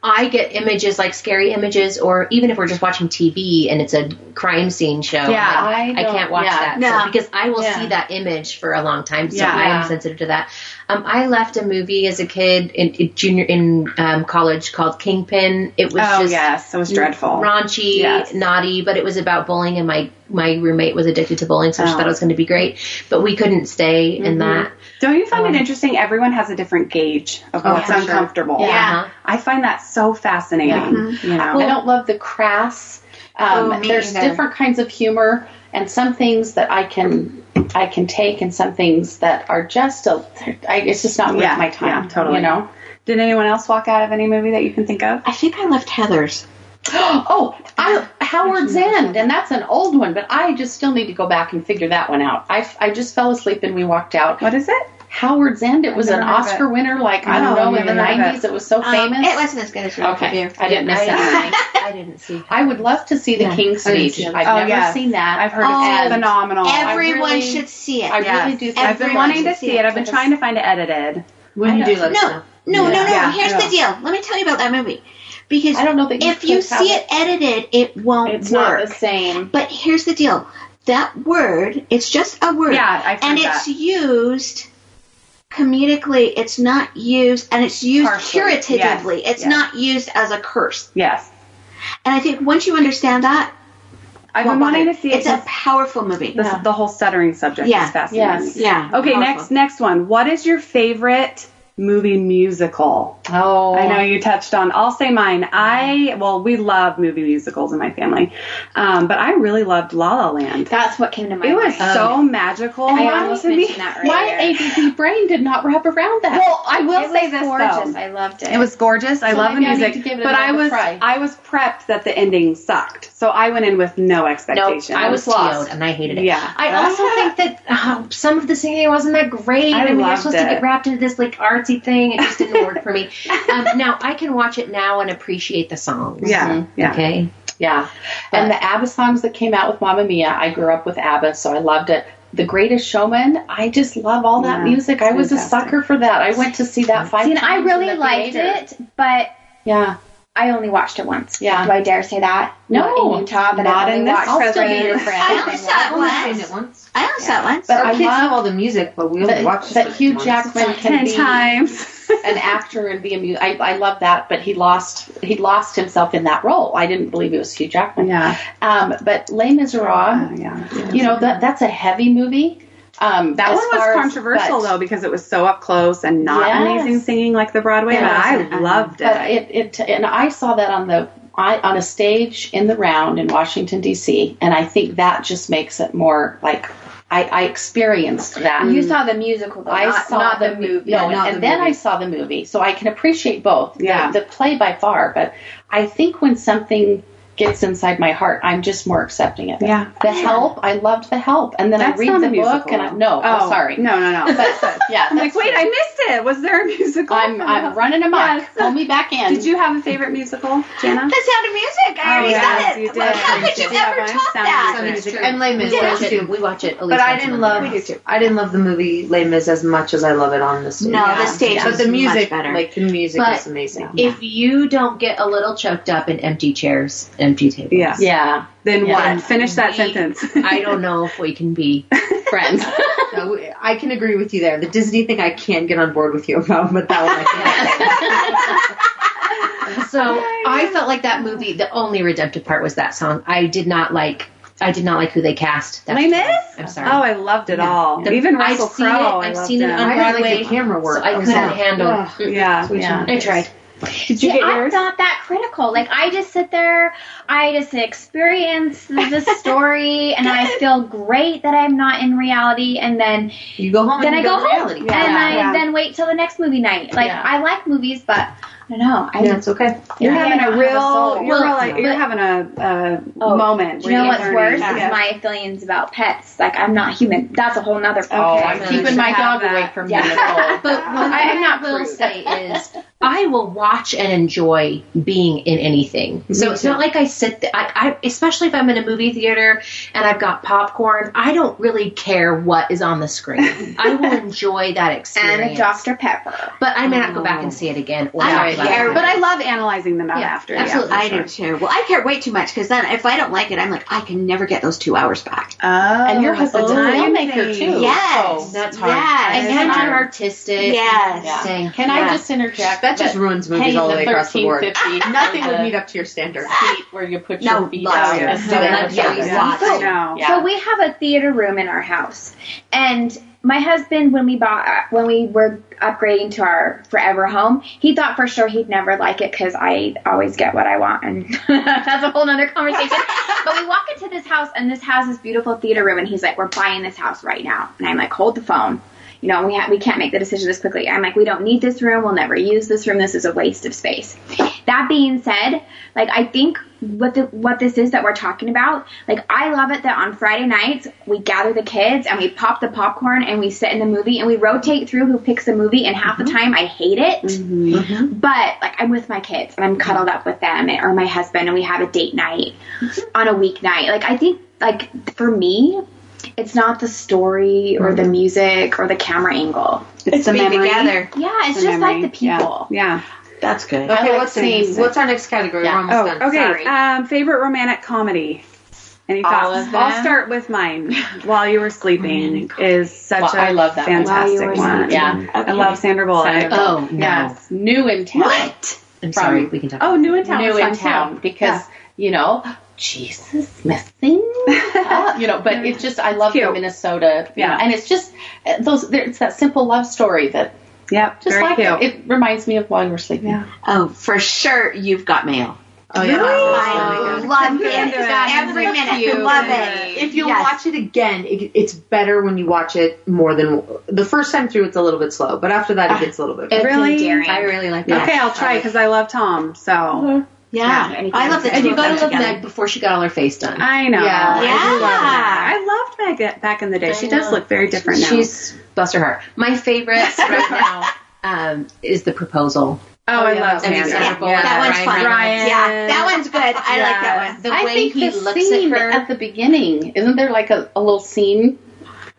Speaker 3: I get images like scary images, or even if we're just watching TV and it's a crime scene show. I'm
Speaker 2: Yeah,
Speaker 3: like,
Speaker 5: I
Speaker 3: I,
Speaker 5: don't-
Speaker 3: can't watch
Speaker 5: yeah.
Speaker 3: that
Speaker 6: No.
Speaker 3: so- because I will
Speaker 5: Yeah.
Speaker 3: see that image for a long time. So
Speaker 2: Yeah.
Speaker 3: I am sensitive to that. Um, I left a movie as a kid in, in junior in um, college called Kingpin. It was
Speaker 2: oh
Speaker 3: just
Speaker 2: yes, it was dreadful.
Speaker 3: raunchy,
Speaker 2: Yes.
Speaker 3: naughty, but it was about bowling, and my my roommate was addicted to bowling, so she
Speaker 2: Oh.
Speaker 3: thought it was going to be great, but we couldn't stay in that.
Speaker 2: Don't you find it interesting? Everyone has a different gauge of what's
Speaker 3: Um, Oh, for sure.
Speaker 2: uncomfortable.
Speaker 5: Yeah.
Speaker 3: Uh-huh.
Speaker 2: I find that so fascinating. You know.
Speaker 5: I don't love the crass. Um,
Speaker 7: Oh, me
Speaker 5: there's
Speaker 7: either.
Speaker 5: different kinds of humor, and some things that I can I can take, and some things that are just a. I, it's just not worth
Speaker 2: Yeah,
Speaker 5: my time.
Speaker 2: yeah, totally.
Speaker 5: You know. [GASPS]
Speaker 2: Did anyone else walk out of any movie that you can think of?
Speaker 6: I think I left Heather's.
Speaker 5: Oh, I, Howard's End, and that's an old one, but I just still need to go back and figure that one out. I, I just fell asleep and we walked out.
Speaker 2: What is it?
Speaker 5: Howard's End, it was an
Speaker 2: never heard of
Speaker 5: Oscar winner, like, I don't
Speaker 2: No,
Speaker 5: know, in the
Speaker 2: never heard of
Speaker 5: 90s. It was so
Speaker 6: Um,
Speaker 5: famous.
Speaker 6: it wasn't as good as Room for
Speaker 5: Okay,
Speaker 6: Fear.
Speaker 5: I didn't miss that.
Speaker 3: I, I didn't see.
Speaker 5: I would love to see The King's
Speaker 3: I didn't
Speaker 5: Speech.
Speaker 3: see
Speaker 5: I've
Speaker 3: it.
Speaker 2: Oh,
Speaker 5: never
Speaker 2: yes.
Speaker 5: seen that.
Speaker 2: I've heard
Speaker 6: Oh,
Speaker 2: it's phenomenal.
Speaker 6: Everyone
Speaker 5: I really-
Speaker 6: should see it.
Speaker 5: I
Speaker 2: Yes.
Speaker 5: really do think
Speaker 2: I've been
Speaker 6: everyone
Speaker 2: wanting to
Speaker 6: should see
Speaker 2: see it.
Speaker 6: it.
Speaker 2: I've been trying to find it edited.
Speaker 4: When you do let us know.
Speaker 6: No, no, no, no.
Speaker 2: Yeah.
Speaker 6: Here's
Speaker 2: Yeah.
Speaker 6: the deal. Let me tell you about that movie. Because
Speaker 5: I don't know that you
Speaker 6: if you
Speaker 5: could have
Speaker 6: see it edited, it won't
Speaker 5: It's
Speaker 6: work.
Speaker 5: not the same.
Speaker 6: But here's the deal. That word, it's just a word.
Speaker 2: Yeah, I've heard
Speaker 6: And
Speaker 2: that.
Speaker 6: it's used comedically. It's not used, and it's used
Speaker 2: Harshly,
Speaker 6: puritatively.
Speaker 2: yes,
Speaker 6: It's
Speaker 2: yes.
Speaker 6: not used as a curse.
Speaker 2: Yes.
Speaker 6: And I think once you understand that,
Speaker 2: I've
Speaker 6: won't
Speaker 2: been wanting to
Speaker 6: bother.
Speaker 2: see it.
Speaker 6: It's a
Speaker 2: 'cause
Speaker 6: powerful movie.
Speaker 2: this, The whole stuttering subject
Speaker 6: Yeah.
Speaker 2: is fascinating.
Speaker 5: Yes.
Speaker 6: Yeah.
Speaker 2: Okay,
Speaker 6: powerful.
Speaker 2: next next one. What is your favorite movie musical?
Speaker 5: Oh,
Speaker 2: I know you touched on. I'll say mine. I well, we love movie musicals in my family, um, but I really loved La La Land.
Speaker 7: That's what came to mind.
Speaker 2: It was so magical
Speaker 7: I almost
Speaker 2: to me.
Speaker 7: mentioned that right
Speaker 5: My
Speaker 7: there.
Speaker 5: ADD brain did not wrap around that.
Speaker 2: Well, I will
Speaker 7: It
Speaker 2: say
Speaker 7: was
Speaker 2: this
Speaker 7: gorgeous.
Speaker 2: though.
Speaker 7: I loved it.
Speaker 2: It was gorgeous. I
Speaker 5: So
Speaker 2: love the
Speaker 5: maybe I need
Speaker 2: music,
Speaker 5: to give it
Speaker 2: but I
Speaker 5: another
Speaker 2: was
Speaker 5: try.
Speaker 2: I was prepped that the ending sucked, so I went in with no expectations.
Speaker 5: I was lost.
Speaker 3: TO'd and I hated it.
Speaker 2: Yeah.
Speaker 3: I also think that um, some of the singing wasn't that great.
Speaker 2: I
Speaker 3: I, mean, you're
Speaker 2: loved
Speaker 3: supposed
Speaker 2: it.
Speaker 3: to get wrapped into this like artsy thing. It just didn't work
Speaker 2: [LAUGHS]
Speaker 3: for me. Um, now I can watch it now and appreciate the songs.
Speaker 2: Yeah, yeah.
Speaker 3: Okay.
Speaker 5: Yeah. and the ABBA songs that came out with Mamma Mia, I grew up with ABBA, so I loved it. The Greatest Showman, I just love all that
Speaker 2: Yeah,
Speaker 5: music. I was a
Speaker 2: fantastic.
Speaker 5: sucker for that. I went to see that five
Speaker 7: See, and
Speaker 5: times.
Speaker 7: I
Speaker 5: in
Speaker 7: really
Speaker 5: the
Speaker 7: liked
Speaker 5: theater.
Speaker 7: it, but
Speaker 5: Yeah.
Speaker 7: I only watched it once.
Speaker 5: Yeah.
Speaker 7: Do I dare say that?
Speaker 5: No,
Speaker 7: Not in Utah, but
Speaker 2: not
Speaker 7: I only
Speaker 2: in this
Speaker 7: watched
Speaker 5: I'll
Speaker 7: it
Speaker 5: still
Speaker 7: with
Speaker 5: be your friend.
Speaker 6: I only saw it
Speaker 4: I've only seen
Speaker 6: once.
Speaker 4: it once.
Speaker 6: I only saw it once.
Speaker 5: But
Speaker 4: Our
Speaker 5: I
Speaker 4: kids
Speaker 5: love
Speaker 4: know all the music, but we only
Speaker 5: that,
Speaker 4: watched
Speaker 5: that
Speaker 4: it
Speaker 5: Hugh
Speaker 4: once.
Speaker 5: Jackman can
Speaker 2: ten
Speaker 5: be
Speaker 2: times.
Speaker 5: an actor and be a mu- I, I love that, but he lost he lost himself in that role. I didn't believe it was Hugh Jackman.
Speaker 2: yeah,
Speaker 5: Um, but Les Miserables,
Speaker 2: Uh, yeah.
Speaker 5: you know that that's a heavy movie. Um,
Speaker 2: That
Speaker 5: as
Speaker 2: one was
Speaker 5: far as-
Speaker 2: controversial
Speaker 5: but-
Speaker 2: though because it was so up close and not
Speaker 5: Yes.
Speaker 2: amazing singing like the Broadway,
Speaker 5: It
Speaker 2: but I loved it.
Speaker 5: But it, it and I saw that on the I, on a stage in the round in Washington D.C. and I think that just makes it more like I, I experienced that.
Speaker 7: You saw the musical, though,
Speaker 5: I
Speaker 7: not,
Speaker 5: saw
Speaker 7: not the,
Speaker 5: mu-
Speaker 7: movie.
Speaker 5: No,
Speaker 4: not
Speaker 5: and
Speaker 4: the
Speaker 5: then
Speaker 4: movie.
Speaker 5: I saw the movie, so I can appreciate both.
Speaker 2: Yeah.
Speaker 5: the, the play by far, but I think when something gets inside my heart, I'm just more accepting of it.
Speaker 2: Yeah.
Speaker 5: The help, I loved the help, and then
Speaker 2: That's
Speaker 5: I
Speaker 2: not
Speaker 5: read
Speaker 2: a
Speaker 5: the book,
Speaker 2: musical.
Speaker 5: and I, no, oh, sorry,
Speaker 2: No, no, no.
Speaker 5: but yeah,
Speaker 2: I'm like, wait, I missed it. Was there a musical?
Speaker 5: I'm I'm running amok.
Speaker 2: Yes.
Speaker 5: Pull me back in.
Speaker 2: Did you have a favorite musical, Jana? Oh,
Speaker 6: The Sound of Music. I already
Speaker 2: yes,
Speaker 6: said it.
Speaker 2: you did.
Speaker 6: Like, how could you
Speaker 2: Yeah,
Speaker 6: ever
Speaker 2: mine
Speaker 6: top
Speaker 2: sounded
Speaker 6: that?
Speaker 4: Some
Speaker 3: That's
Speaker 4: music.
Speaker 3: true.
Speaker 4: And Les Mis
Speaker 3: We watch
Speaker 4: was
Speaker 3: it.
Speaker 4: too.
Speaker 3: We watch it. at
Speaker 4: But
Speaker 3: least
Speaker 4: I
Speaker 3: once a
Speaker 4: didn't
Speaker 3: month.
Speaker 4: love. I didn't love the movie Les Mis as much as I love it on the stage.
Speaker 6: No,
Speaker 5: Yeah.
Speaker 6: the stage
Speaker 4: but
Speaker 6: was
Speaker 4: the music,
Speaker 6: much better.
Speaker 4: like the music,
Speaker 3: But-
Speaker 4: is
Speaker 3: [LAUGHS]
Speaker 4: amazing.
Speaker 3: If you don't get a little choked up in empty chairs, empty tables,
Speaker 2: Yeah.
Speaker 5: Yeah,
Speaker 2: Then
Speaker 5: Yeah.
Speaker 2: what? Finish that
Speaker 3: We-
Speaker 2: sentence.
Speaker 3: I don't know if we can
Speaker 2: [LAUGHS]
Speaker 3: be.
Speaker 5: friends.
Speaker 4: So I can agree with you there. The Disney thing, I can't get on board with you about, but that one I can.
Speaker 3: So I felt like that movie. The only redemptive part was that song. I did not like. I did not like who they cast. That's
Speaker 2: Les Mis?
Speaker 3: I'm sorry.
Speaker 2: Oh, I loved it all.
Speaker 3: The-
Speaker 2: Even
Speaker 3: I've
Speaker 2: Russell
Speaker 3: seen it.
Speaker 2: Crowe. I
Speaker 3: I've
Speaker 2: loved
Speaker 3: seen it
Speaker 2: him.
Speaker 3: on-
Speaker 4: I didn't like
Speaker 3: Broadway,
Speaker 4: the camera work.
Speaker 3: so I
Speaker 4: was
Speaker 3: couldn't
Speaker 4: like,
Speaker 3: handle.
Speaker 4: ugh.
Speaker 2: Yeah,
Speaker 5: Yeah.
Speaker 2: yeah.
Speaker 3: I tried.
Speaker 2: Did you
Speaker 7: See,
Speaker 2: get
Speaker 7: I'm
Speaker 2: yours?
Speaker 7: not that critical. Like I just sit there, I just
Speaker 2: [LAUGHS]
Speaker 7: experience the story, and I feel great that I'm not in reality. And then
Speaker 4: You go home.
Speaker 7: then
Speaker 4: and
Speaker 7: I
Speaker 4: you
Speaker 7: go
Speaker 4: to
Speaker 7: home,
Speaker 4: reality.
Speaker 7: and
Speaker 5: Yeah.
Speaker 7: I
Speaker 2: Yeah.
Speaker 7: then wait till the next movie night. Like
Speaker 5: Yeah.
Speaker 7: I like movies, but I don't know. I
Speaker 4: Yeah, it's okay.
Speaker 2: You're
Speaker 7: Yeah.
Speaker 2: having
Speaker 7: I
Speaker 2: a
Speaker 7: don't
Speaker 2: real,
Speaker 7: have soul.
Speaker 2: you're,
Speaker 7: Well,
Speaker 2: real- you're having a, a
Speaker 7: Oh,
Speaker 2: moment.
Speaker 7: Do
Speaker 2: where
Speaker 7: you know
Speaker 2: you're
Speaker 7: what's
Speaker 2: learning.
Speaker 7: worse
Speaker 2: Yeah.
Speaker 7: is my feelings about pets. Like I'm not human. That's a whole nother.
Speaker 2: Oh,
Speaker 5: I'm
Speaker 3: Yeah.
Speaker 5: keeping my dog away from you,
Speaker 7: Yeah.
Speaker 5: Nicole.
Speaker 3: [LAUGHS] But what
Speaker 5: I
Speaker 3: I
Speaker 5: am not
Speaker 3: will
Speaker 5: rude.
Speaker 3: say is, I will watch and enjoy being in anything. So it's not like I sit. Th- I, I especially if I'm in a movie theater and I've got popcorn. I don't really care what is on the screen. I will enjoy that experience.
Speaker 7: and a Dr Pepper.
Speaker 3: But I may not go back
Speaker 6: Oh.
Speaker 3: and see it again. Or
Speaker 6: I don't
Speaker 3: talk about
Speaker 6: care,
Speaker 3: it.
Speaker 2: But I love analyzing them out
Speaker 3: Yeah,
Speaker 2: after.
Speaker 6: [LAUGHS] Absolutely,
Speaker 2: Yeah,
Speaker 6: I do too. Well, I care way too much because then if I don't like it, I'm like, I can never get those two hours back.
Speaker 2: Oh,
Speaker 5: and your husband's a
Speaker 2: oh,
Speaker 5: filmmaker too.
Speaker 6: Yes,
Speaker 5: so-
Speaker 3: that's hard.
Speaker 6: Yes,
Speaker 3: and then you're artistic.
Speaker 6: yes.
Speaker 5: Yeah.
Speaker 3: Saying,
Speaker 5: Can
Speaker 6: Yeah.
Speaker 5: I just interject?
Speaker 4: That just ruins movies
Speaker 5: hey,
Speaker 4: all the way across the board. [LAUGHS]
Speaker 5: 1350
Speaker 4: Nothing
Speaker 5: and
Speaker 4: would
Speaker 5: the
Speaker 4: meet up to your standard.
Speaker 5: Feet where you put
Speaker 6: No,
Speaker 5: your feet
Speaker 6: lots
Speaker 5: out.
Speaker 2: of-
Speaker 5: and do it
Speaker 2: Yeah.
Speaker 5: with your
Speaker 6: Yeah.
Speaker 5: hands.
Speaker 2: I know.
Speaker 5: Yeah.
Speaker 7: So we have a theater room in our house, and my husband, when we bought, when we were upgrading to our forever home, he thought for sure he'd never like it because I always get what I want, and [LAUGHS] that's a whole nother conversation. but we walk into this house, and this has this beautiful theater room, and he's like, "We're buying this house right now," and I'm like, "Hold the phone." You know, we ha- we can't make the decision this quickly. I'm like, we don't need this room. We'll never use this room. This is a waste of space. That being said, like I think what the what this is that we're talking about, like I love it that on Friday nights we gather the kids and we pop the popcorn and we sit in the movie and we rotate through who picks the movie and half the time I hate it. But like I'm with my kids and I'm cuddled up with them or my husband and we have a date night on a weeknight. Like I think like for me it's not the story or the music or the camera angle.
Speaker 2: It's, the
Speaker 6: being
Speaker 2: memory.
Speaker 6: together.
Speaker 7: Yeah, it's
Speaker 2: The
Speaker 7: just like
Speaker 2: memory.
Speaker 7: the people.
Speaker 2: Yeah.
Speaker 6: That's good.
Speaker 4: Okay,
Speaker 5: like
Speaker 4: what's
Speaker 5: seeing
Speaker 4: the, what's our next category?
Speaker 5: Yeah.
Speaker 4: We're almost done.
Speaker 2: Oh, okay.
Speaker 4: Sorry.
Speaker 2: Um, favorite romantic comedy. Any
Speaker 5: All
Speaker 2: thoughts?
Speaker 5: of them?
Speaker 2: I'll start with mine. While you were sleeping is such a
Speaker 5: Well, I love that one.
Speaker 2: fantastic
Speaker 7: While You Were
Speaker 2: one.
Speaker 7: Sleeping.
Speaker 5: Yeah.
Speaker 2: I love Sandra Bullock.
Speaker 5: Sandra Bullock.
Speaker 3: oh no,
Speaker 2: Yes.
Speaker 5: New in town.
Speaker 3: I'm
Speaker 5: From-
Speaker 3: sorry. We can talk.
Speaker 2: Oh, New in Town.
Speaker 5: New
Speaker 2: was
Speaker 5: in
Speaker 2: fun, too.
Speaker 5: town because you know Jesus missing. uh, you know, but it just I love
Speaker 2: Cute.
Speaker 5: the Minnesota. you
Speaker 2: Yeah.
Speaker 5: know, and it's just uh, those. there- It's that simple love story that
Speaker 2: [LAUGHS] Yep.
Speaker 5: just
Speaker 2: very
Speaker 5: like
Speaker 2: cute.
Speaker 5: it. It reminds me of While We're Sleeping.
Speaker 2: Yeah.
Speaker 6: Oh, for sure, you've got mail.
Speaker 4: Oh, yeah.
Speaker 6: I love it every minute.
Speaker 5: Cute.
Speaker 6: Love it.
Speaker 4: If you
Speaker 6: Yes.
Speaker 4: watch it again, it, it's better when you watch it more than the first time through. It's a little bit slow, but after that, it gets a little bit.
Speaker 7: It's
Speaker 4: better.
Speaker 2: Really?
Speaker 7: endearing.
Speaker 3: I really like that.
Speaker 2: Okay, I'll try because I love Tom. So
Speaker 6: yeah,
Speaker 7: Yeah, anything
Speaker 6: I love that.
Speaker 3: And
Speaker 6: two
Speaker 3: you
Speaker 6: of them
Speaker 3: gotta love
Speaker 6: together.
Speaker 3: Meg before she got all her face done.
Speaker 2: I know.
Speaker 4: Yeah.
Speaker 2: I, do love
Speaker 6: Yeah.
Speaker 2: Meg. I loved Meg back in the day. She
Speaker 3: I
Speaker 2: does
Speaker 3: know.
Speaker 2: look very different now.
Speaker 3: She's bless her heart. My favorite right now um, is the
Speaker 2: oh,
Speaker 3: proposal.
Speaker 2: I love
Speaker 3: I mean,
Speaker 2: Sandra.
Speaker 3: Sandra
Speaker 6: Yeah,
Speaker 3: Bullock,
Speaker 6: that one's
Speaker 3: Ryan
Speaker 6: fun.
Speaker 2: Reynolds.
Speaker 6: Yeah, that one's good. I like that one.
Speaker 3: The
Speaker 5: I
Speaker 3: way
Speaker 5: think
Speaker 3: he
Speaker 5: the
Speaker 3: looks
Speaker 5: scene
Speaker 3: at her.
Speaker 5: at the beginning isn't there like a, a little scene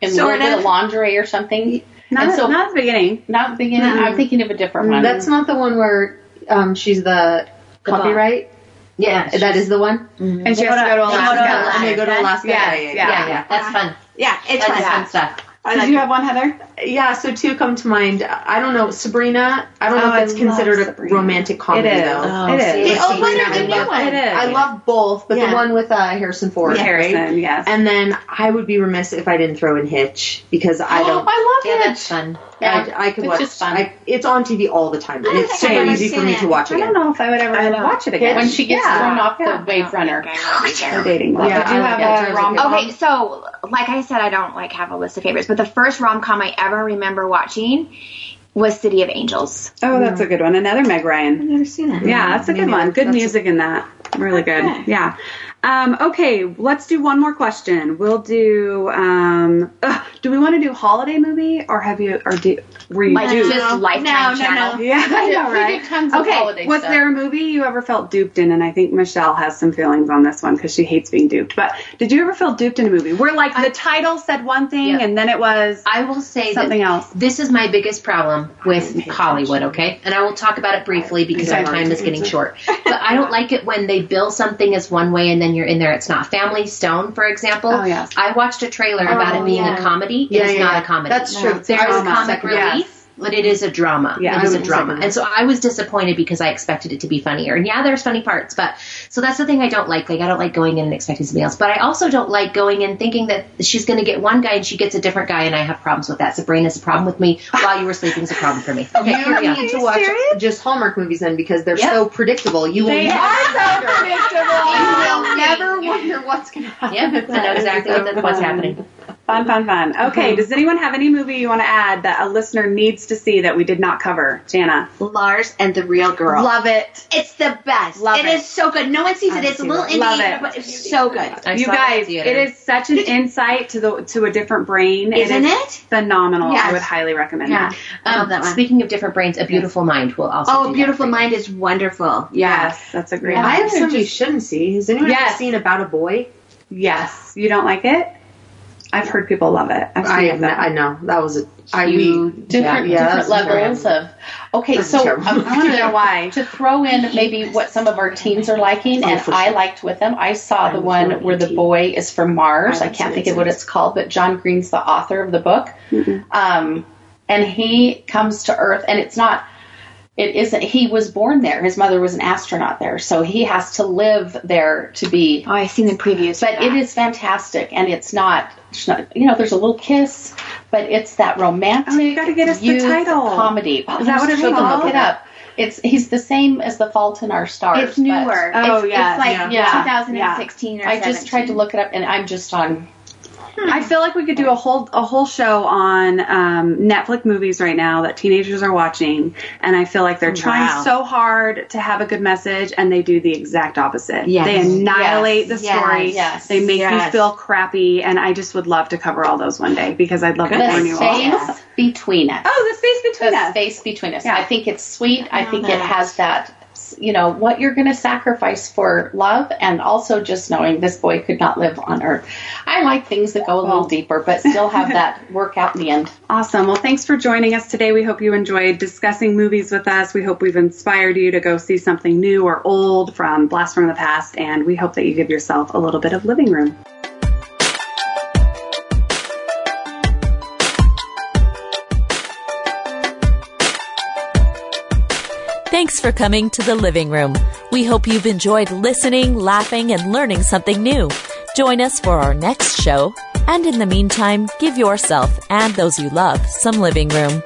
Speaker 5: in
Speaker 6: Sort
Speaker 5: a little bit
Speaker 6: of.
Speaker 5: of laundry or something?
Speaker 2: Not,
Speaker 5: and so
Speaker 2: not at the beginning.
Speaker 5: not the beginning. I'm thinking of a different
Speaker 4: Mm-hmm.
Speaker 5: one.
Speaker 4: That's not the one where um, she's the,
Speaker 3: The
Speaker 4: copyright.
Speaker 3: yeah,
Speaker 4: That is the one.
Speaker 2: And she has to go to Alaska.
Speaker 3: Alaska.
Speaker 4: And they go to Alaska.
Speaker 2: Yeah, yeah.
Speaker 3: yeah, yeah. That's fun.
Speaker 6: Yeah, it's
Speaker 3: That
Speaker 6: fun.
Speaker 3: is fun stuff.
Speaker 2: Did you have one, Heather?
Speaker 4: Yeah, so two come to mind. I don't know, Sabrina. I don't
Speaker 2: Oh,
Speaker 4: know
Speaker 2: I
Speaker 4: if it's
Speaker 2: love
Speaker 4: considered
Speaker 2: Sabrina.
Speaker 4: a romantic comedy
Speaker 2: it is.
Speaker 4: though.
Speaker 3: Oh,
Speaker 2: it is.
Speaker 6: The old one
Speaker 4: I
Speaker 6: or the new
Speaker 4: love-
Speaker 6: one?
Speaker 2: It is.
Speaker 4: I love both, but
Speaker 6: Yeah.
Speaker 4: the one with uh, Harrison Ford,
Speaker 2: Yeah.
Speaker 4: right?
Speaker 2: Harrison, yes.
Speaker 4: And then I would be remiss if I didn't throw in Hitch because
Speaker 5: [GASPS]
Speaker 4: I
Speaker 5: oh,
Speaker 4: don't.
Speaker 5: I love
Speaker 3: Yeah,
Speaker 5: it.
Speaker 3: that's fun.
Speaker 4: I, I could
Speaker 5: It's
Speaker 4: watch.
Speaker 5: just fun.
Speaker 4: I, it's on TV all the time. And
Speaker 6: don't
Speaker 4: it's
Speaker 6: think I've
Speaker 4: so
Speaker 6: ever
Speaker 4: easy for
Speaker 6: seen
Speaker 4: me
Speaker 6: it.
Speaker 4: to watch
Speaker 2: I
Speaker 4: again.
Speaker 2: don't know if I would ever
Speaker 4: know.
Speaker 2: watch it again.
Speaker 5: when she gets
Speaker 4: Yeah.
Speaker 5: thrown off
Speaker 2: Yeah.
Speaker 5: the wave runner.
Speaker 4: [LAUGHS]
Speaker 2: They're dating.
Speaker 4: Yeah,
Speaker 2: But do you
Speaker 4: I
Speaker 2: have
Speaker 4: like
Speaker 2: a
Speaker 4: that. That was a
Speaker 2: rom
Speaker 4: good
Speaker 2: com?
Speaker 7: Okay, so like I said, I don't like have a list of favorites, but the first rom com I ever remember watching was City of Angels.
Speaker 2: Oh, that's a good one. Another Meg Ryan.
Speaker 3: I've never seen it.
Speaker 2: Yeah, that's a good one. Good music in that. Really good. Yeah. Um, okay, let's do one more question. We'll do. Um, ugh, do we want to do holiday movie or have you or do were you
Speaker 5: Like
Speaker 2: duped?
Speaker 5: just
Speaker 6: Lifetime no, channel.
Speaker 2: [LAUGHS]
Speaker 5: no.
Speaker 2: Yeah, I know,
Speaker 5: We
Speaker 2: right?
Speaker 5: did tons of
Speaker 2: okay,
Speaker 5: holiday
Speaker 2: was
Speaker 5: stuff.
Speaker 2: there a movie you ever felt duped in? And I think Michelle has some feelings on this one because she hates being duped. But did you ever feel duped in a movie where like the title said one thing
Speaker 3: Yeah.
Speaker 2: and then it was
Speaker 3: I will say
Speaker 2: Something
Speaker 3: that
Speaker 2: else.
Speaker 3: This is my biggest problem with Hollywood, okay? And I will talk about it briefly because our time is getting short.
Speaker 4: [LAUGHS]
Speaker 3: But I don't like it when they bill something as one way and then you're in there it's not. Family Stone, for example.
Speaker 2: Oh, yes.
Speaker 3: I watched a trailer about it being a comedy. It is
Speaker 4: Oh, Yeah, yeah,
Speaker 3: not
Speaker 4: yeah.
Speaker 3: a comedy.
Speaker 4: That's true. It's a
Speaker 3: There is
Speaker 4: drama.
Speaker 3: comic
Speaker 2: Yes.
Speaker 3: relief. But it is a drama.
Speaker 2: Yeah,
Speaker 3: it is
Speaker 2: I
Speaker 3: a
Speaker 2: would
Speaker 3: drama.
Speaker 2: second that.
Speaker 3: And so I was disappointed because I expected it to be funnier. And yeah, there's funny parts, but so that's the thing I don't like. Like I don't like going in and expecting something else. But I also don't like going in thinking that she's going to get one guy and she gets a different guy, and I have problems with that. Sabrina's a problem with me. While you were sleeping is a problem for me. Okay,
Speaker 4: You
Speaker 3: carry on.
Speaker 4: need to watch just Hallmark movies then because they're
Speaker 3: Yep.
Speaker 4: so predictable. You will
Speaker 2: They
Speaker 4: never,
Speaker 2: are so predictable.
Speaker 4: you will never wonder what's going to happen.
Speaker 3: Yeah, I know exactly what- what's happening.
Speaker 2: Fun, fun, fun.
Speaker 6: Uh-huh.
Speaker 2: Okay, does anyone have any movie you want to add that a listener needs to see that we did not cover? Jana.
Speaker 6: Lars and the Real Girl.
Speaker 5: Love it.
Speaker 6: It's the best.
Speaker 2: Love
Speaker 6: it
Speaker 2: it.
Speaker 6: is so good. No one sees it. It's a little indie,
Speaker 2: Love it.
Speaker 6: but it's so good.
Speaker 3: I
Speaker 2: you
Speaker 3: saw it at
Speaker 2: guys,
Speaker 3: theater.
Speaker 2: it is such an insight to the to a different brain.
Speaker 6: Isn't
Speaker 2: is
Speaker 6: it?
Speaker 2: phenomenal? I
Speaker 6: Yes.
Speaker 2: would highly recommend
Speaker 6: Yeah.
Speaker 2: it.
Speaker 6: I love that one.
Speaker 3: Um, Speaking of different brains, a beautiful mind will also. do
Speaker 6: Oh,
Speaker 3: that
Speaker 6: Beautiful
Speaker 3: for you.
Speaker 6: Mind is wonderful. Yeah.
Speaker 2: Yes, that's a great.
Speaker 4: I
Speaker 2: one.
Speaker 4: have something you shouldn't see. Has anyone ever
Speaker 2: Yes.
Speaker 4: seen About a Boy?
Speaker 2: Yes, you don't like it. I've heard people love it. I've
Speaker 4: I,
Speaker 2: seen
Speaker 4: have not-
Speaker 2: that.
Speaker 4: I know that was a I
Speaker 5: You
Speaker 4: we,
Speaker 5: different
Speaker 4: yeah,
Speaker 5: different
Speaker 4: that's
Speaker 5: levels of. Okay,
Speaker 4: That's
Speaker 5: so
Speaker 4: terrible.
Speaker 5: um,
Speaker 2: [LAUGHS] I want to know why.
Speaker 5: to throw in maybe what some of our teens are liking,
Speaker 4: Oh,
Speaker 5: and
Speaker 4: for
Speaker 5: I
Speaker 4: sure.
Speaker 5: liked with them. I saw the
Speaker 4: was
Speaker 5: one
Speaker 4: really
Speaker 5: where the
Speaker 4: into-
Speaker 5: boy is from Mars.
Speaker 4: I
Speaker 5: I can't
Speaker 4: was
Speaker 5: think of what
Speaker 4: into-
Speaker 5: it's called, but John Green's the author of the book, um, and he comes to Earth, and it's not. It isn't. He was born there. His mother was an astronaut there, so he has to live there to be
Speaker 6: Oh, I've seen the previews.
Speaker 5: but it is fantastic, and it's not, it's not- you know, there's a little kiss, but it's that romantic.
Speaker 2: Oh, you gotta get us the
Speaker 5: youth
Speaker 2: title.
Speaker 5: Comedy.
Speaker 2: Is that what it's
Speaker 5: You can
Speaker 2: called?
Speaker 5: Look it up. It's he's the same as the Fault in Our Stars.
Speaker 7: It's newer.
Speaker 2: Oh,
Speaker 7: it's,
Speaker 2: yeah,
Speaker 7: it's like
Speaker 5: yeah.
Speaker 7: 2016
Speaker 5: but
Speaker 7: or
Speaker 5: I just tried to
Speaker 7: 17.
Speaker 5: look it up, and I'm just on.
Speaker 2: I feel like we could do a whole a whole show on um, Netflix movies right now that teenagers are watching, and I feel like they're trying
Speaker 3: Wow.
Speaker 2: so hard to have a good message, and they do the exact opposite.
Speaker 3: Yes.
Speaker 2: They annihilate
Speaker 6: Yes.
Speaker 2: the story.
Speaker 5: Yes.
Speaker 2: They make you
Speaker 6: Yes.
Speaker 2: feel crappy, and I just would love to cover all those one day because I'd love to
Speaker 5: The
Speaker 2: warn you all.
Speaker 5: space between us.
Speaker 2: Oh, the space
Speaker 5: The
Speaker 2: between us.
Speaker 5: space between us.
Speaker 2: Yeah.
Speaker 5: I think it's sweet. I, think it has that. You know what you're going to sacrifice for love, and also just knowing this boy could not live on Earth. I like things that go a little deeper, but still have that work out in the end.
Speaker 2: Awesome. Well, thanks for joining us today. We hope you enjoyed discussing movies with us. We hope we've inspired you to go see something new or old from Blast from the Past, and we hope that you give yourself a little bit of living room.
Speaker 1: Thanks for coming to the living room. We hope you've enjoyed listening, laughing, and learning something new. Join us for our next show. And in the meantime, give yourself and those you love some living room.